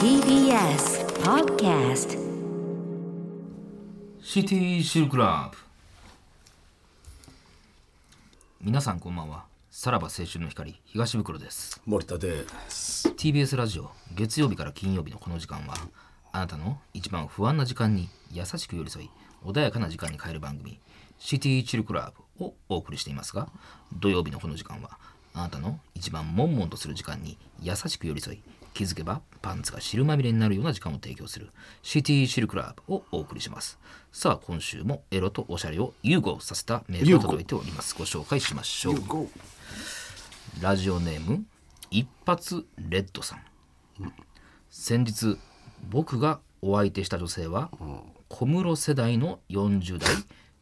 TBS Podcast CT シルクラブ皆さんこんばんはさらば青春の光東袋です森田です。 TBS ラジオ月曜日から金曜日のこの時間はあなたの一番不安な時間に優しく寄り添い穏やかな時間に変える番組 CT シルクラブをお送りしていますが土曜日のこの時間はあなたの一番悶々とする時間に優しく寄り添い気づけばパンツが汁まみれになるような時間を提供する CT シルクラブをお送りしますさあ今週もエロとおしゃれを融合させたメールが届いておりますご紹介しましょうラジオネーム一発レッドさん、先日僕がお相手した女性は小室世代の40代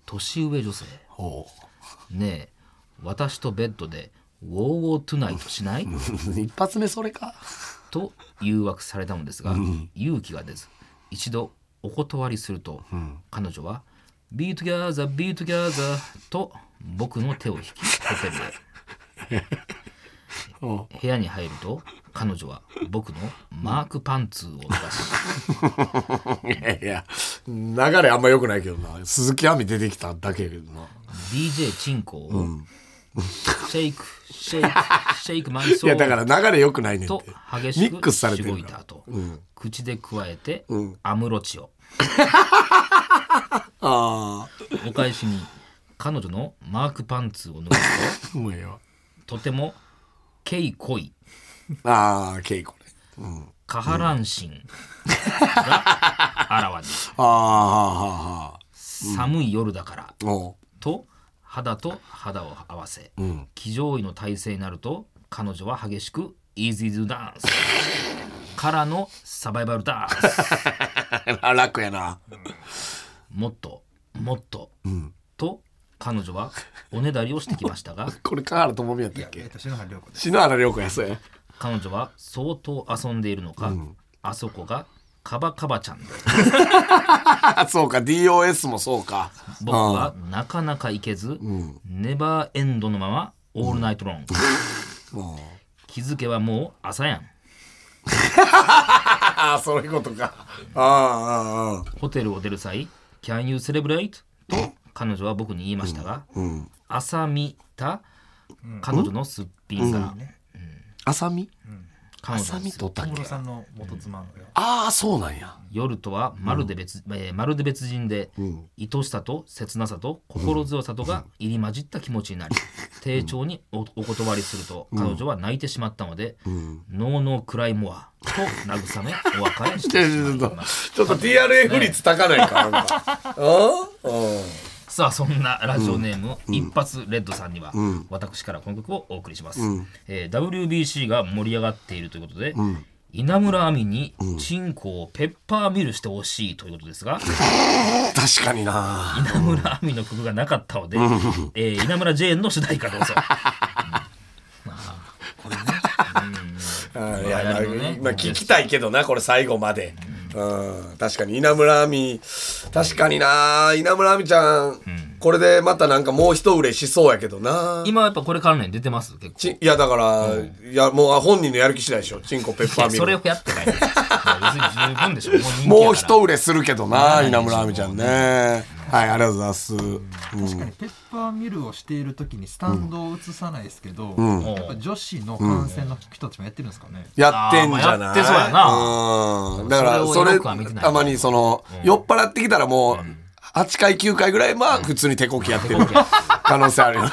年上女性おうねえ私とベッドで「ウォーウォートゥナイトしない?」 一発目それか。と誘惑されたのですが、勇気が出ず一度お断りすると、彼女は「ビートギャーザービートギャーザー」と僕の手を引きホテルへ。 部屋に入ると彼女は僕のマークパンツを脱がしいやいや、流れあんま良くないけどな。鈴木亜美出てきただけやけどな。 DJ チンコを、シェイクシェイクシェイクマイソいや、だーから流れ良くないねんとて。激ミしッくクスされしてるごいからた後、口でくわえて、アムロチをあお返しに彼女のマークパンツを脱ぐとあ、もうええわ。とてもケイコイああ、稽古ね。下ハランシンが現れるああ、はあ、は寒い夜だからあ。おう と肌と肌を合わせ、騎乗位の体勢になると彼女は激しく「イージーズダンス」からのサバイバルダンスあ楽やな。もっともっと、と彼女はおねだりをしてきましたがこれ、河原智美やったっけ篠原涼子や、そうや。 彼女は相当遊んでいるのか、あそこがカバカバちゃんであ、そうか、DOS もそうか。僕はなかなか行けず、ネバーエンドのままオールナイトロング、気づけばもう朝やんああ、そういうことか。ああ、ああ、あホテルを出る際「Can you celebrate?」と彼女は僕に言いましたが、朝見た彼女のすっぴんが、あ。浅見彼女浅の見すとったっけさんの元妻のよ、ああ、そうなんや。夜とはまるで別、えーまるで別人で、愛しさと切なさと心強さとが入り混じった気持ちになり、丁重におお断りすると彼女は泣いてしまったので「ノーノークライモア」と慰めお別れしちょてし まいっとましちょっと TRF 率高ないかなんか。うんうんたさあそんなラジオネームの一発レッドさんには、私からこの曲をお送りします、えー WBC が盛り上がっているということで、稲村亜美にチンコをペッパーミルしてほしいということですが、確かにな稲村亜美の曲がなかったので、えー稲村ジェーンの主題歌どうぞ。 うんいや、なるほどねまあ、聞きたいけどなこれ最後まで、うん、確かに稲村亜美確かにな稲村亜美ちゃん、これでまたなんかもう一売れしそうやけどな今やっぱこれ関連出てます結構。ちいやだから、いやもうあ本人のやる気次第でしょチンコペッいパやーミそれルをやってない。もう別に十分 でしょ。もう人気やからもう一売れするけどな稲村亜美ちゃんねはいありがとうございます、確かにペッパーミルをしている時にスタンドを映さないですけど、やっぱ女子の観戦の人たちもやってるんですかね、やってんじゃあーまなあやっいてそうやな。うん。だから、そそれをれよくは見てない、たまにその、酔っ払ってきたらもう、8回、9回ぐらいは普通に手こきやってる可能 性あるよ。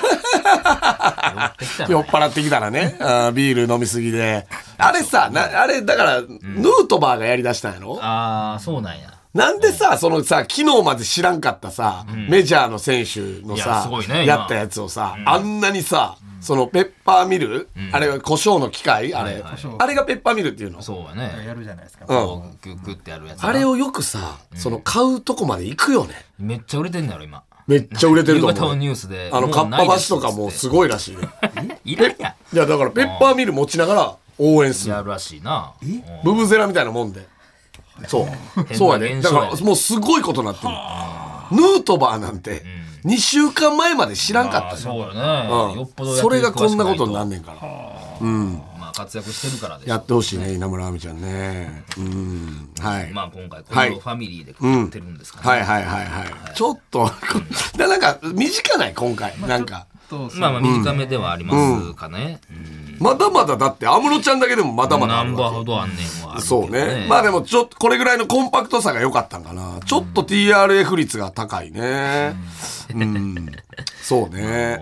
やってきた酔っら払ってきたらね、あービール飲みすぎで。あれさ、なあれ、だから、ヌートバーがやりだしたんやろああそうなんや。なんでさ、そのさ、昨日まで知らんかったさ、メジャーの選手のいやさすごい、ねやったやつをさ、あんなにさ、そのペッパーミル、あれは胡椒の機械あれ、胡椒あれがペッパーミルっていうのそうやね。やるじゃないですか、うんこうグッグッってやるやつ。あれをよくさその買うとこまで行くよねめっちゃ売れてんだろ、今。めっちゃ売れてると夕方思のうニュースで。あのもかうっなぱいで橋とかもうすい。ごいらしいねいらんやいやだからペッパーミル持ちながら応援すん。るやるらしいな。うんブブゼラみたいなもんでそう変そうやなね現だ象やからもうすごいことになってるヌートバーなんて2週間前まで知らんかあっーたよそうよね。よっぽどう野ん球それがこんなことになん詳しねんからくないとまあ活躍してるからでしやょっ。てほしいね稲村亜美ちゃんねうんはいまあ今回、このファミリーでやってるんですかはいね。はいはいはいちょっと でなんか短ない今回なんかとそまあまのあ短めではありますかね。うんまだまだだって安室ちゃんだけでもまだまだナあるンわバーけほどあんねんもあるけどそうね。まあでもちょっとこれぐらいのコンパクトさが良かったんかな。ちょっと TRF 率が高いね。うん。そうね。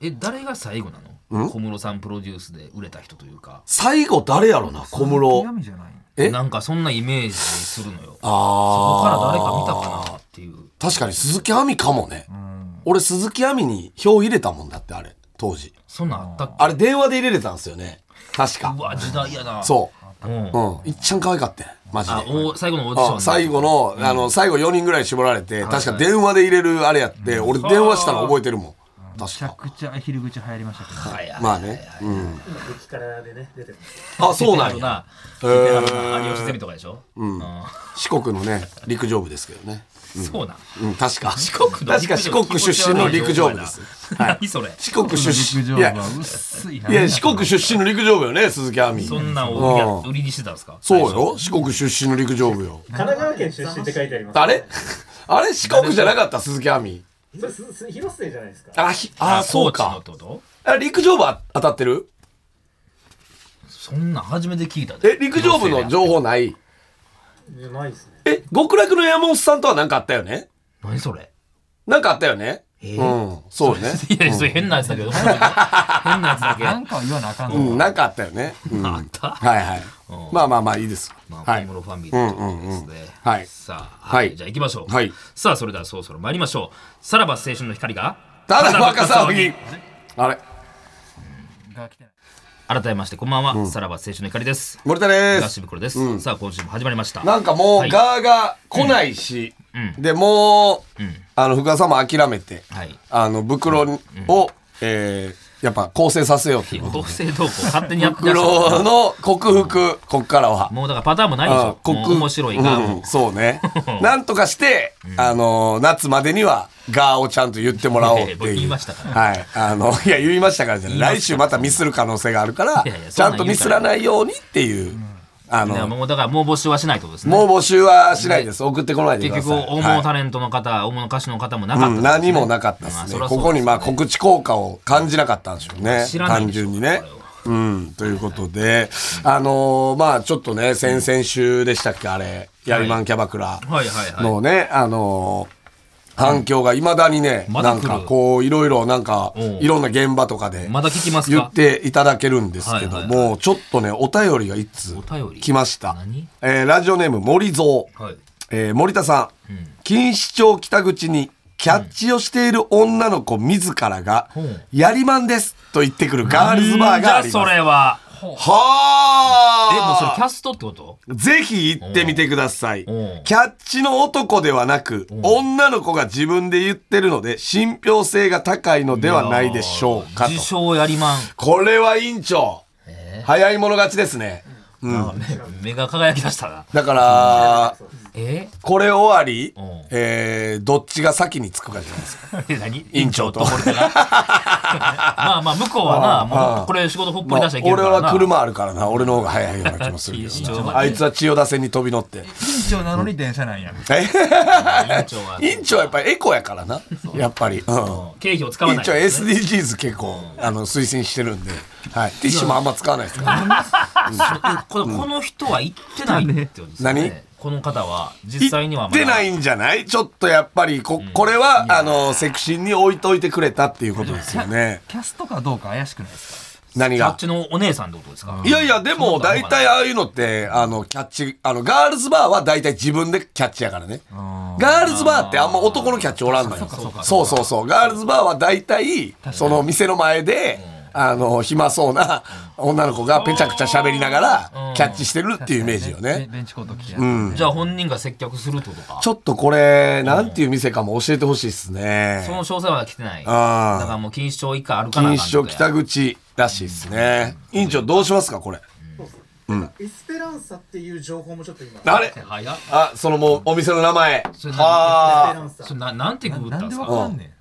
え誰が最後なの小室さんプロデュースで売れた人というか最後誰やろな、小室極。みじゃないえなんかそんなイメージするのよそこからあ誰か見たかなっていうあ。確かに鈴木亜美かもね。俺鈴木亜美に票入れたもんだって、あれ。当時。そんなんあったっけあれ電話で入れれたんですよね。確かう。わ時代やな、そうんう。うん。いっちゃん可愛かったよマジであ。お最後のオーディションあね最後の、あの、最後4人ぐらい絞られて、確か電話で入れるあれやって、俺電話したの覚えてるもん。め確ちゃか。くちゃ昼口流行りましたけど、はいはいまあね。うん。激辛でね出てますあ、そうなん出てや。はるな有吉ゼミとかでしょうん四国のね、陸上部ですけどね。そうなんうん、確か。四国の陸上部確か四国出身の陸上部です。はい 何それ四国出身。陸上い部や、は薄いないや、四国出身の陸上部よね、鈴木亜美。そんなんをうん売りにしてたんですかそうよ。四国出身の陸上部よ。神奈川県出身って書いてありますあれあれ四国じゃなかった、鈴木亜美。それすす広末じゃないですかあ、ひあ、あそそううかか。ってことあ陸上部あ当たってるそんなん初めて聞いたでえ、陸上部の情報ないいやないですねえ、極楽の山本さんとは何かあったよね何それ何かあったよねうん、そうね。いやそれ変なやつだけ ど変なやつだけなんかは言わなあかんの、うん、なんかあったよね。うん、あったはいはい。まあまあまあいいです。まあ、は小い。室ファミリーということですね。はいさあ、ははいい、じゃあ行きましょう。はいさあ、それではそろそろ参りましょう。さらば青春の光が、ただ若騒ぎ。あれ、が来てない改めまして、こんばんは。さらば青春の光です。森田で東す。袋です、さあ、今週も始まりました。なんかもはういガーが来ないし、でもう、あの福田さんも諦めて、はいあの袋を、えーやっぱ構成させようっていうこと。同性同行勝手にやってらっしゃる袋の克服、こっからは。もうだからパターンもないでしあょ。克もう面白いが、うんそ うね。なんとかして、あの、夏までには、ガーをちゃんと言ってもらおうっいうやいてい。や僕言いましたからはい。あの、 いや、言いましたからじゃない。来週またミスる可能性があるから、いやいやちゃんとミスらないようにっていう、あいやの、もうだからもう募集はしないってことですね。もう募集はしないです。送ってこないでく結ださい。局、大は物いタレントの方、大物歌手の方もなかった、うん、何もなかったですね。まあそりゃそうここにまあ告知効果を感じなかったんでしょうね。知らない単でしょ純にねこれは。うん、ということで、あのーまあちょっとね、先々週でしたっけ、あれ、ヤリマンキャバクラはいはいはいのね、あのー反響がいまだにね、まだなん来るかこう、いろいろなんかおう、いろんな現場とかでまだ聞きます言っかていただけるんですけどはいはいも、ちょっとね、お便りが一通便り来ました何。えーラジオネーム森蔵。はい。えー森田さん、錦糸町北口にキャッチをしている女の子自らが、んやりまんですと言ってくるガールズバーがありじゃあまそす。れは。え、もうそれはキあャストってことぜひ行ってみてください。キうんャッチの男ではなく、女の子が自分で言ってるので、信憑性が高いのではないでしょうかと自。称やりまん。これは委員長、早い者勝ちですね。目が輝き出したな。だから、えこれ終わりうん、えーどっちが先につくかじゃないですか。何院長と俺 が。まあまあ、向こうはな、もうこれ仕事ほっぽり出しちゃいける俺からな。は車あるからな俺の方が早いような気もするけいいどよなあいつは千代田線に飛び乗って院長なのに電車なんや、院長は。 院長はやっぱりエコやからなやっぱり、うん、経費を使わ院ない長かはらね。 SDGs 結構あの推進してるんで、はい、ティッシュもあんま使わないですから、ね、このこの人は行ってないって言うんですよ何ね。この方は、実際に行はっまだてないんじゃないちょっとやっぱりここれは、あのセクシーに置いといてくれたっていうことですよねキャストかどうか怪しくないですか何キャッがチのお姉さんってことですかいやいやでも大体ああいうのってあのキャッチあのガールズバーは大体自分でキャッチやからねガールズバーってあんま男のキャッチおらんのよ。そうそうそう。ガールズバーは大体、その店の前で、あの暇そうな女の子がぺちゃくちゃ喋りながらキャッチしてるっていうイメージよベねンベンチコート着てやったじゃあ本人が接客するってことかちょっとこれなんていう店かも教えてほしいですねその詳細は来てないだあーからもう錦糸町以下歩かな錦い糸町北口らしいですね委員長どうしますかこれそうですね。エスペランサっていう情報もちょっと今。あれ早っあそのもうお店の名前それエスペあランそサれ。ななんてググっなたなんんでですわかかんね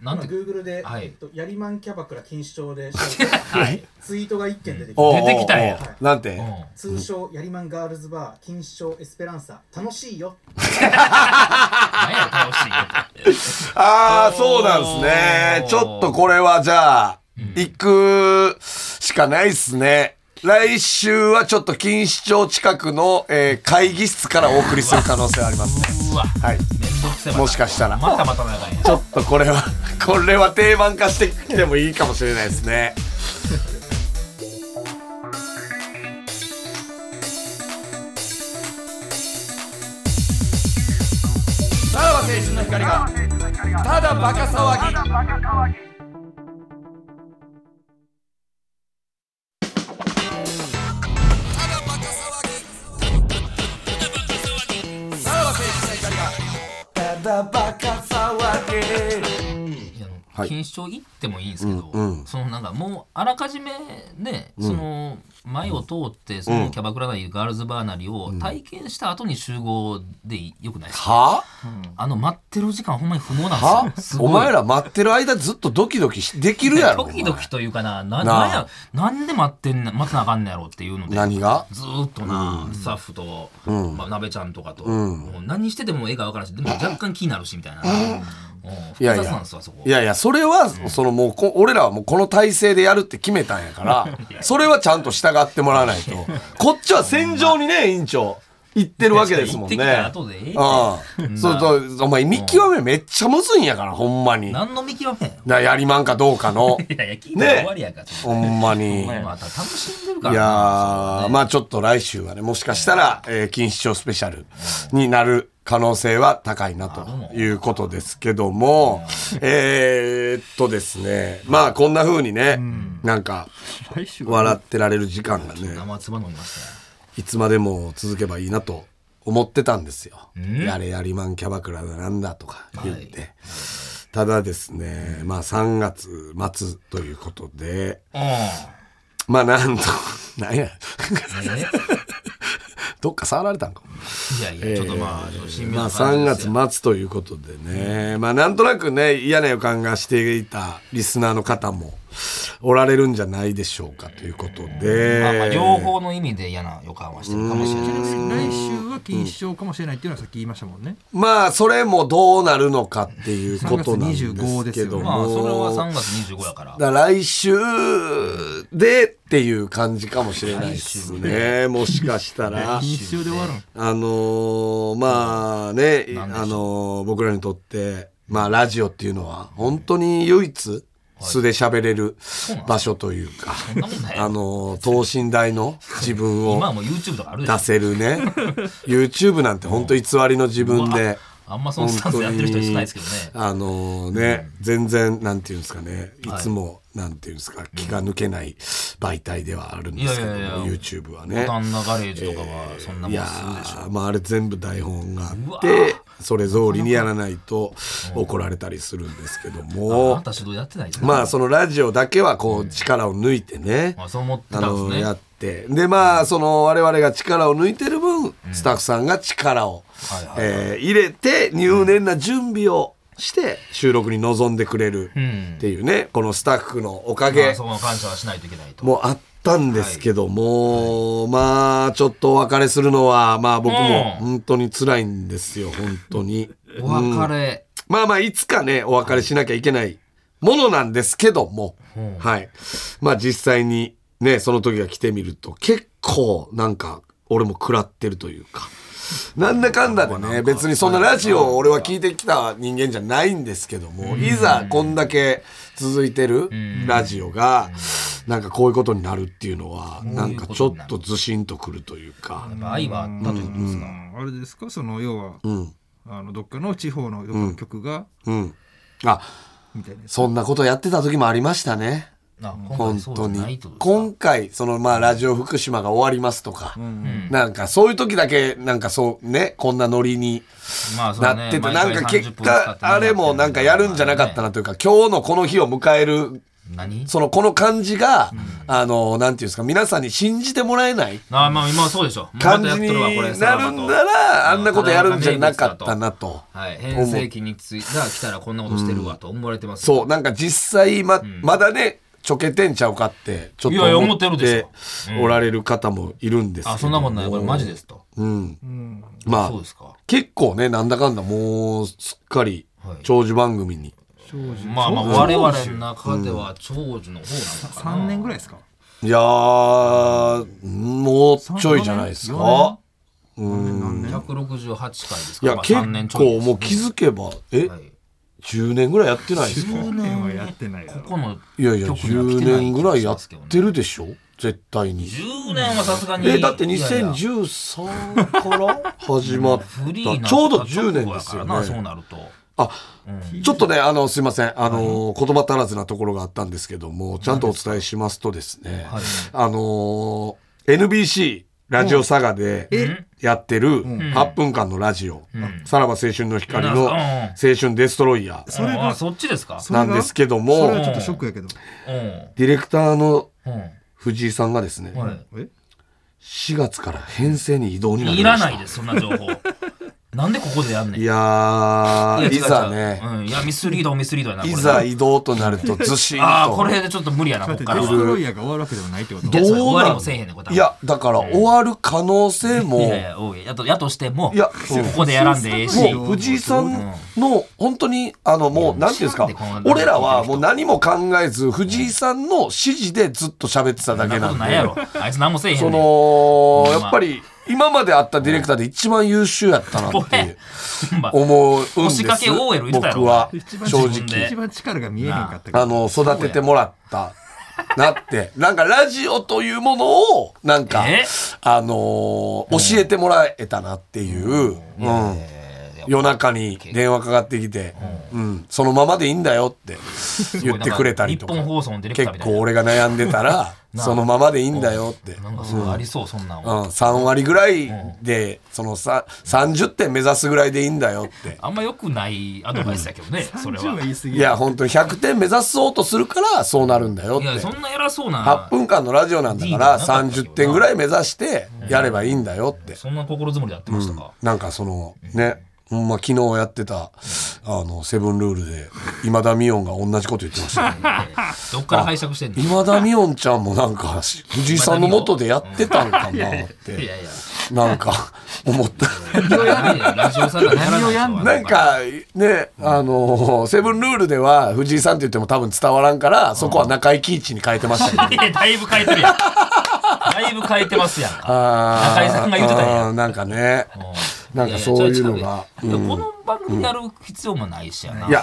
なん今て Google で、はいえっと、やりまんキャバクラ錦糸町で調べたらはいツイートが1件出てきあて、出てきたんやなんて通称やりまんガールズバー錦糸町エスペランサ楽しいよ。何や楽しいことああそうなんですねちょっとこれはじゃあ行くしかないっすね来週はちょっと錦糸町近くの、えー会議室からお送りする可能性はありますねうわ はいめんどくせえもしかしたらまたまた長いねちょっとこれは これは定番化してきてもいいかもしれないですねさらば青春の光がただバカ騒ぎいやあのはい錦糸町行ってもいいんですけど、そのなんかもうあらかじめね、その前を通ってそのキャバクラなりガールズバーなりを体験した後に集合でいよくないですか、はあの待ってる時間ほんまに不毛なんはですよすごいお前ら待ってる間ずっとドキドキしできるやろドキドキというかなななあなんやなんで待ってんな待たなあかんねやろっていうのお前で何がずーっとな、スタッフと、まあ、鍋ちゃんとかと、もう何してても絵が分からんしでも若干気になるしみたいな、うんい複やい雑やなんですわそこいやいやそれはそのもうこ俺らはもうこの体制でやるって決めたんや からそれはちゃんと従ってもらわないとこっちは戦場にね委員長行ってるわけですもんね行ってきた後でええってうんそうそうお前見極めめっちゃむずいんやからほんまに何の見極めやろなやりまんかどうかの いやいや、聞いたら終わりやから。ほんまにいまた楽しんでるからやな。ーまあちょっと来週はねもしかしたらえー錦糸町スペシャルになる可能性は高いなということですけどもえーっとですねまあこんな風にねなんかえ。来週笑ってられる時間がね生唾飲みましたよ。いつまでも続けばいいなと思ってたんですよ。やれやりマンキャバクラだなんだとか言って。ただですね、まあ3月末ということで、まあなんと、なんや、どっか触られたんか。いやいや、ちょっとまあ、ちょっと神妙まあな感じ3ですよ。月末ということでね、まあなんとなくね、嫌な予感がしていたリスナーの方もおられるんじゃないでしょうかということで。まあまあ、両方の意味で嫌な予感はしてるかもしれないですけど。来週は禁止症かもしれないっていうのはさっき言いましたもんね。まあそれもどうなるのかっていうことなんですけども、 3月25まあ、それは3月25やから。だから来週でっていう感じかもしれないですねもしかしたら禁止症で終わるの。あのーまあねあのー僕らにとってまあラジオっていうのは本当に唯一素で喋れる場所というか、そんなもんないよあのー等身大の自分を今はもう YouTube とかあるでしょ出。せるね YouTube なんて本当偽りの自分で。あ んまそのスタンスやってる人いないですけどね。あのね、全然、なんていうんですかね、いつも、なんていうんですか、気が抜けない媒体ではあるんですけども、いやいやいや YouTube はボね。タンなガレージとかは、そんないもやんするでしょ。ー、まああれ全部台本がうあっわて、それ通りにやらないと怒られたりするんですけどあもな、た指導やってないですね。まあそのラジオだけはこう力を抜いてね、まあ、そう思ってたあんですの、ね。やって。で、まあ、その、我々が力を抜いてる分、スタッフさんが力を、はいはい。えー入れて入念な準備をして収録に臨んでくれるんっていうね、このスタッフのおかまげあ、そこの感謝はしないといけないと。もあったんですけども、まあちょっとお別れするのはまあ僕もうん本当に辛いんですよ本 当にお別れ。まあまあいつかねお別れしなきゃいけないものなんですけども、はいまあ実際にねその時が来てみると結構なんか俺も食らってるというか。なんだかんだでね、別にそんなラジオを俺は聞いてきた人間じゃないんですけども、いざこんだけ続いてるラジオが、なんかこういうことになるっていうのは、なんかちょっとずしんとくるというかや、っぱ愛はあったということですか。あれですかその要は、あのどっかの地方のどっかの曲が、うん。あ、みたいなやつ。そんなことやってた時もありましたね。あ今回本そうじ当ゃないっにてことです今回そのまあラジオ福島が終わりますとか、なんかそういう時だけなんかそうねこんなノリにかまあそうねなってて、毎なん回か結30分使果ってねあれもなんかやるんじゃなかったなというか今日のこの日を迎える何そのこの感じが、あのなんていうんですか皆さんに信じてもらえないああまあ今はそうでしょもう感じまたやっとわこれにさならばるとんならあんなことやるんじゃなかったなと。はい変声期についが来たらこんなことしてるわと思われてますそうなんか実際ま,、まだねちょけてんちゃうかってちょっいやいやと思ってるでしょおられる方もいるんですけどあそんなもんないこれマジですとまあそうですか結構ねなんだかんだもうすっかりはい長寿番組に、まあまあ我々の中では長寿の方なのかな3年ぐらいですかい、やーもうちょいじゃないですか168回ですいからやまあ結3年ちょい構ですもう気づけばえ、はい10年ぐらいやってないですか10年はやってないだろこのいやいや局には来10てない年ぐらいやっ気がしますけてどねるでしょ絶対に10年はさすがにえだっていやいや2013から始まっフリーになたったちょうど10年です直後やからよなそうねなるとあちょっとねあのすいませんあの言葉足らずなところがあったんですけどもちゃんとお伝えしますとですねはいあのー NBC ラジオ佐賀でやってる8分間のラジオ「さらば青春の光」のうん「青春デストロイヤーそれあがそっちですか」なんですけどそもれはちょっとショックやけどうんうんディレクターのは藤井さんがですねえ4月から編成に移動にないりいまらしなたいですそんな情報なんでここでやんねんいやーや違ういざ違ねううんいやミスリードミスリードやなこれいざ移動となるとずしんとああこれでちょっと無理やなこだっってデからスはトロイヤーが終わるわけでもないってことどういやなそんれ終わりもせえへんねんこれ多分いやだから終わる可能性もいやいやおいやとやとしてもいやここでやらんでええしもう藤井さんの本当にあのもうなんていうんです知らかんでこんな俺らはもう何も考えず藤井さんの指示でずっと喋ってたそだんけななことんないやでろあいつ何もせえへんねそんのほんまやっぱり今まであったディレクターで一番優秀やったなこってれほんま思うんです押しかけ OL 言ってたやろ僕は一番正自分で直一番力が見えへんかったけどあの育ててもらったな ってなんかラジオというものをなんかえあのー教えてもらえたなっていう。うん夜中に電話かかってきて、うん、そのままでいいんだよって言ってくれたりとか日本放送のディレクター結みたい構俺が悩んでたら なあそのままでいいんだよって、ななんかすごいありそうそんなんうん、3割ぐらいでそのさ30点目指すぐらいでいいんだよってあんま良くないアドバイスだけどねそれ10はは言い過ぎいや本当に100点目指そうとするからそうなるんだよいってやそんな偉そうな8分間のラジオなんだかいいらななんか30点ぐらい目指してやればいいんだよってそんな心づもりでやってましたかなんかそのねほんま昨日やってたあのセブンルールで今田美音が同じこと言ってましたねどっから拝借してんの今田美音ちゃんもなんか藤井さんの元でやってたんかなっいてやいやなんか 思ったラジオさんがやらないやなんかねあのセブンルールでは藤井さんって言っても多分伝わらんからそこは中井貴一に変えてましたけど いやだいぶ変えてるやんだいぶ変えてますやんかあー中井さんが言ってたんやあーなんかねうんなんかそういうのがいやいや違う違ういやこの番組でやる必要もないしやないや、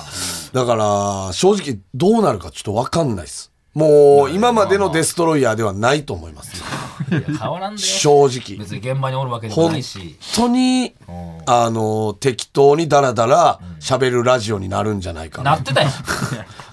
だから、正直どうなるかちょっとわかんないです。もう、今までのデストロイヤーではないと思います。いや変わらんで正直。別に現場におるわけでも本ないし当に、あの、適当にダラダラ喋るラジオになるんじゃないかなな。ってたやん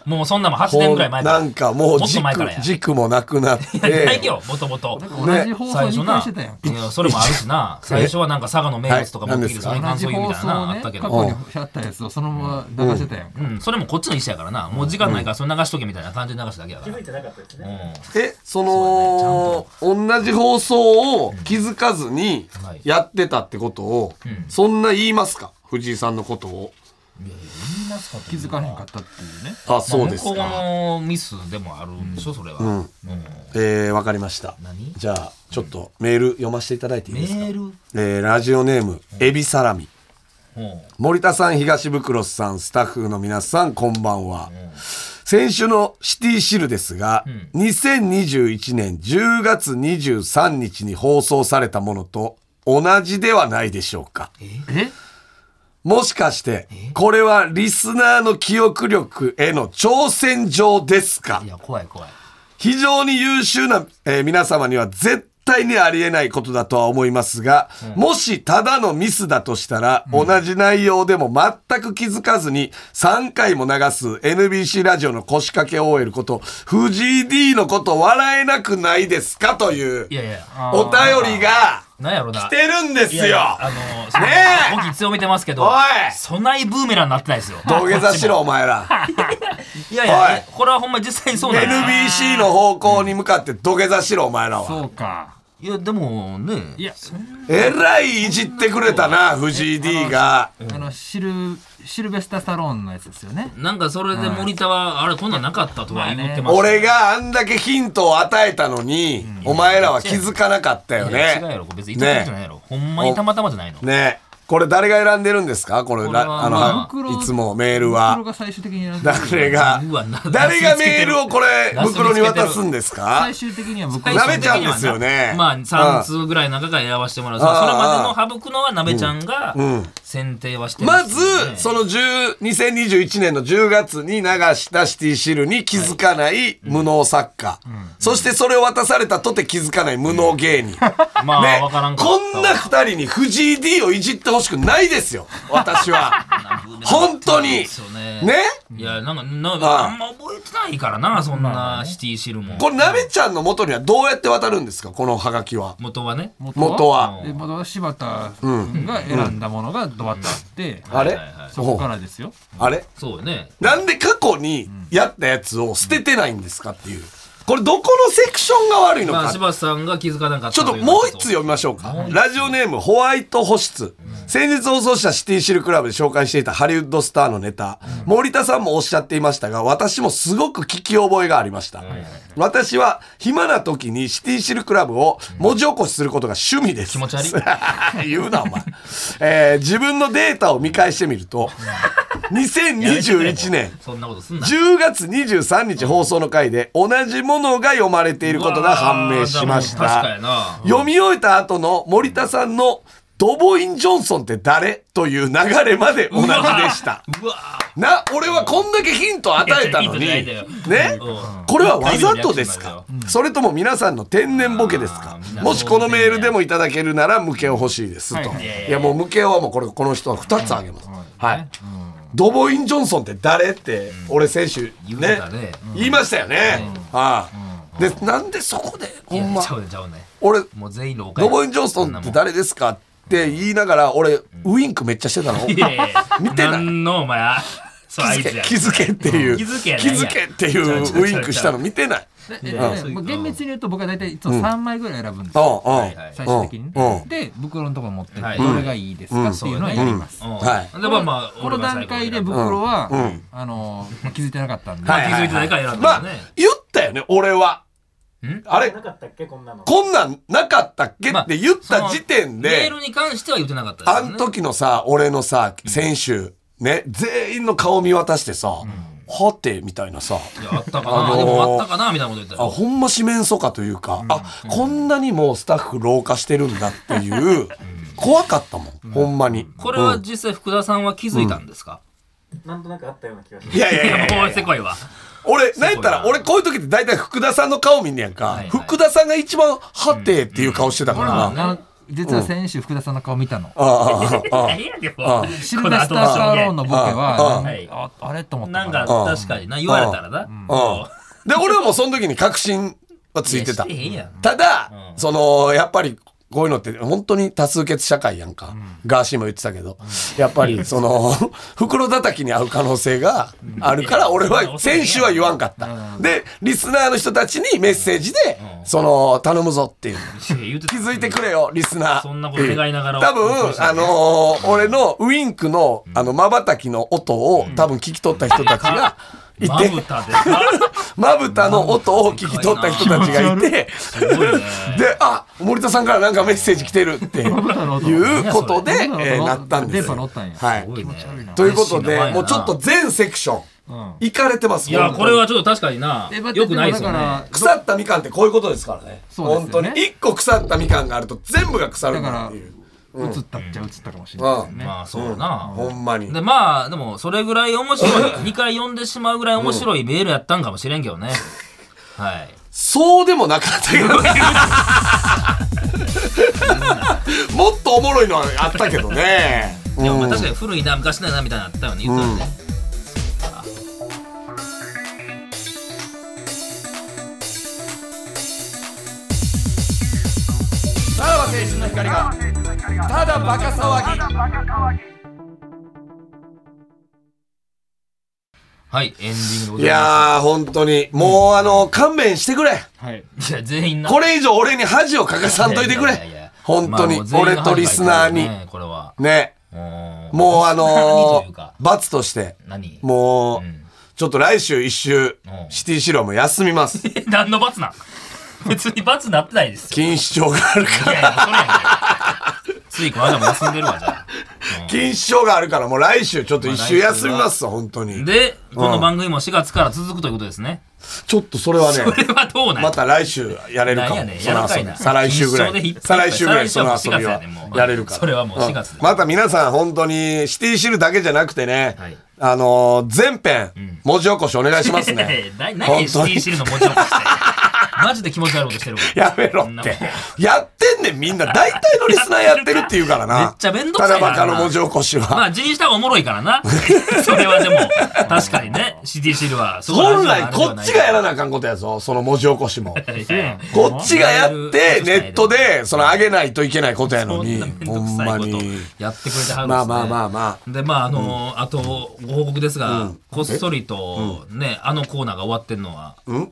もうそんなもん8年ぐらい前からなんかもうもっと軸前からや軸もなくなっ いやないて、よもともと同じ放送最初にな回してたやんいやそれもあるしな最初はなんか佐賀の名物とか持ってきてそはれいに同感じ想言う放みたい送なのなあねったけ過ど去にやったやつをそのまま流してたやん、うんそれもこっちの意思やからなもう時間ないからそれ流しとけみたいな感じで流しただけやからじゃなかったですね。え、その、同じ放送を気づかずにはいやってたってことを、そんな言いますか藤井さんのことを。気づかへんかったっていうねあ、そうですまあ向か。こうのミスでもあるんでしょそれはうんえー、わかりました。何じゃあ、ちょっとメール読ませていただいていいメですかールえーラジオネーム、エビサラミ。うん森田さん、東袋さん、スタッフの皆さん、こんばんは。先週のシティシルですが、2021年10月23日に放送されたものと同じではないでしょうか。えもしかして、これはリスナーの記憶力への挑戦状ですかいや怖い怖い非常に優秀な、えー皆様には絶対にありえないことだとは思いますが、もしただのミスだとしたら、同じ内容でも全く気づかずに3回も流す NBC ラジオの腰掛け OL こと、藤井 D のこと笑えなくないですかというい、やいや、お便りがなんやろな。来てるんですいよやあのー、ねえ僕強めてますけどおい、そないブーメランになってないですよ。土下座しろ、お前ら。いやいや、おいこれはほんま実際にそうなんですよ NBC の方向に向かって土下座しろ、お前らは。そうかいや、でもね、いやえらいいじってくれたな、藤井 D が。あのシルシルベスタ・スタローンのやつですよねなんかそれで森田は、あれ、こんなんなかったとは言ってます。俺があんだけヒントを与えたのに、お前らは気づかなかったよいや違うやね。ろ、これ別に意図的じゃないやろ。ほんまにたまたまじゃないの。ねこれ誰が選んでるんですかこれ、これはらあまあ袋の、いつもメールところは。が最終的に選んで誰がうわな、 誰がメールをこれ、なすりつけてる袋に渡すんですか最終的には僕なべちゃんですよねまあうん3通ぐらいの中から選ばせてもらう。そああれまでの省くのはなべちゃんが選定はしてますずけどね、その10 2021年の10月に流したシティシルに気づかない無能作家。そしてそれを渡されたとて気づかない無能芸人。まあ、ねわからん、かったわこんな二人に藤井 D をいじってほしくないですよ、私 は。本当にそうね。ねいや、なんか、なんあかああんま覚えてないからな、そんなシティシルも。これ、なべちゃんの元にはどうやって渡るんですか、このハガキは。元はね。元は。で元は柴田君が選んだものがドバッとあって、あれはいはいそこからですよあれそうよね。なんで過去にやったやつを捨ててないんですかっていう。これどこのセクションが悪いのまかあ、っていう柴田さんが気づかなかったちょっといもう一こつ読みましょうか。ラジオネーム、ホワイト保湿。先日放送したシティシルクラブで紹介していたハリウッドスターのネタ、森田さんもおっしゃっていましたが、私もすごく聞き覚えがありました。私は暇な時にシティシルクラブを文字起こしすることが趣味です。気持ち悪い 言うな、お前。えー自分のデータを見返してみると、2021年、そんなことすんな。 10月23日放送の回で同じものが読まれていることが判明しましうわー確かたやな。読み終えた後の森田さんの「ドボイン・ジョンソンって誰?」という流れまで同じでしたうわーな俺はこんだけヒント与えたのにいやねいやヒントじゃないんだようんこれはわざとですかそれとも皆さんの天然ボケですあかーみんなもしこのメールでもいただけるならムケオ欲しいですとはいいやもうムケオはもうこれこの人は2つあげますはいドボイン・ジョンソンって誰って俺選手言うねたね言いましたよねああでなんでそこでほいやんまちゃうねちゃうね。俺もう全員のおかドボイン・ジョンソンって誰ですかって言いながら俺ウインクめっちゃしてたのいやいやいや 見てない何のお前あそうあい気つづけや気づけっていううん気づけやない気やんづけっていうウインクしたの見てないでいでやでそういうまあ厳密に言うと僕は大体いつも3枚ぐらい選ぶんですうよ、んうんいはい最終的に、うんうんで袋のところ持ってって、はいどれがいいですかっていうのはやります、うんはいでまあまあこの俺が段最後に階で選ぶ袋は、うんうんあのまあ気づいてなかったんで、はい気づいてないから選んまだあんだね。言ったよね俺はあれなかったっけこんなの。こんなんなかったっけまあって言った時点メでールに関しては言ってなかったですあよねん時のさ俺のさ選手ね全員の顔見渡してさはてみたいなさいやあったかあなのーでもあったかなみたいなこと言ってたあよほんま四面楚歌というかあこんなにもスタッフ老化してるんだっていう怖かったもんほんまにこれはうん実際福田さんは気づいたんですかなんとなくあったような気がしますい。やいやいやいやもうせこいわ俺、なんやったら、俺こういう時って大体福田さんの顔見んねやんか。いはい福田さんが一番、はてっていう顔してたからな。あの実は先週福田さんの顔見たの、ああ、ああ、何やでもシルベスター・スタローンのボケは、うんなんかああれと思ったなんらか確かにな言われたらなああ。で、俺はもうその時に確信はついてたいやしてへんやん。ただ、その、やっぱり、こういうのって本当に多数決社会やんか。ガーシーも言ってたけど。やっぱり、その、 袋叩きに合う可能性があるから、俺は、選手は言わんかった。で、リスナーの人たちにメッセージで、その、頼むぞっていう。いや言うてた気づいてくれよ、リスナー。そんなこと願いながら多お送り分し、たあのー俺のウインクの、あの、瞬きの音を、多分聞き取った人 たちがいまぶて、たでなまぶたの音を聞き取った人たちがいて、すごいねで、あ、森田さんからなんかメッセージ来てるっていうことで、まぶたえの音ーなったんです電波乗よっ。たんやはいす。ごいねということで、前もうちょっと全セクション、うん行かれてます。いや本当にこれはちょっと確かになでまあよくないですよでもだねから腐ったみかんってこういうことですからね。そうで本すよね当に。一個腐ったみかんがあると全部が腐るんだっていう。映ったっちゃ映ったかもしれないでうすよん。ね、まあそうだなほんまに。でまあでもそれぐらい面白い2 回読んでしまうぐらい面白いメールやったんかもしれんけどねはいそうでもなかったけどね。もっとおもろいのはあったけどね。でもまあ確かに古いな昔だなみたいなのあったよね言ってたよね、さらば青春の光がただバカ騒ぎはいエンディングでごいざいまやー、本当に。もう、あの、勘弁してくれ。はいす いや全員なこれ以上俺に恥をかかさんといてくいやいやいやいれや。本当まにあもう。全員俺とリスナーに。ねこれはね。ももう、あのというかー、罰として。何 もう、んちょっと来週一周、シティシローも休み ます。え何の罰なん別に罰なってない ですよ錦糸町があるかいやいやそれやんけついこの間も休んでるわじゃあら。錦糸町があるから、もう来週ちょっと一周休みますわ、本当に。でこの番組も4月から続くということですねちょっとそれはねこ、れはどうなんまた来週やれるなかもんやねん。そのや遊ろかいなび。再来週ぐら錦い糸町。で再来週ぐらいそ再の来週遊はもう四月やびはねもうやれるから。それはもう四月んでまた皆さん本当にシティシルだけじゃなくてねはい、あのー、全編、文字起こしお願いしますいやいね や。何本何シテ当にィシルの文字起こ してマジで気持ち悪いことしてるわやめろそんなっもんて。やってんねん、みんな。大体のリスナーやってるって言うからな。めっちゃめんどくさいからたなだバカの文字起こしまは。あ辞任した方がおもろいから なそれはでも確かにねシティシルはそこら本辺来はこっちがやらななあかんことやぞ、その文字起こし も。いやいやこっちがやって、ネットやで、その上げないといけないことやのそんになめん、どほくんさまいことに。やってくれてはるんですねまあまあまあまあ。でまああのーあとご報告ですが、こっそりとね、あのコーナーが終わってるのはん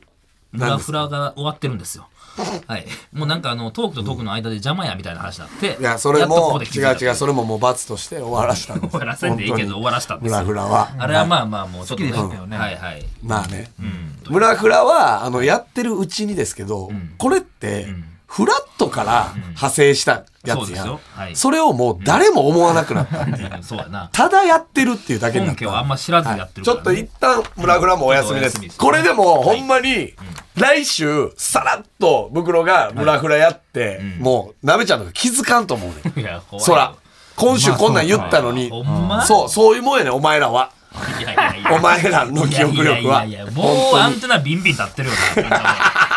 ムラフラが終わってるんです よ。はい、もうなんかあのトークとトークの間で邪魔やみたいな話になって、いや、それっとここも、で気違うづいた違う、それももう罰として終わらしたんです終わらせんでいいけど終わらしたんですよムラフラは。あれはまあまあもうちょっとね、好きでしたよねはいはい。まあね。ムラフラは、あの、やってるうちにですけど、これって、フラットから派生したやそうつでやすんよはいそれをもう誰も思わなくなっうた。んそうや な。ただやってるっていうだけにな本った家。をあんま知らずやってるちかょら、っと一旦、村倉もお休みちで。ょっとお休みですすこれでも、ほんまに、来週、さらっと、袋が村倉やって、もう、なべちゃんとか気づかんと思うねいん。や怖いよそら、今週こんなん言ったのに、ほんまそう、そういうもんやねん、お前らは。いやいやいやお前らの記憶力はいやいやいやいやもうアンテナビンビン立ってるよな。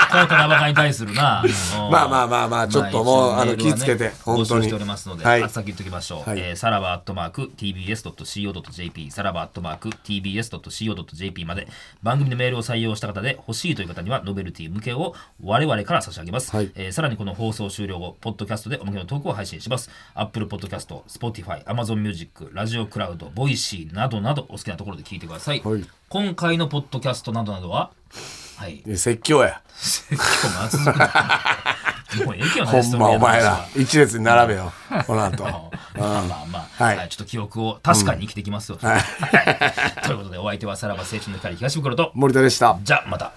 このタラバカに対するな。うん まあまあまあまあちょっともうま一応あの気ぃつけてメールはね本当に募集しておりますので、はいあ先言っときましょう。はいえーさらばアットマーク tbs.co.jp、さらばアットマーク tbs.co.jp まで、番組でメールを採用した方で欲しいという方には、ノベルティ向けを我々から差し上げます。はいえーさらにこの放送終了後、ポッドキャストでおまけのトークを配信します。Apple Podcast、Spotify、Amazon Music、ラジオクラウド、ボイシーなどなど、お好きなところで聞いてください。はい今回のポッドキャストなどなどは、はい。 いや説教や。結構まずく ないもうええけどねほそんういう話まお前はら、一列に並べよ。こ の後。まあまあまあ、はいはいちょっと記憶を確かに生きてきますよ。はいということで、お相手はさらば青春の光東袋と、森田でした。じゃあまた。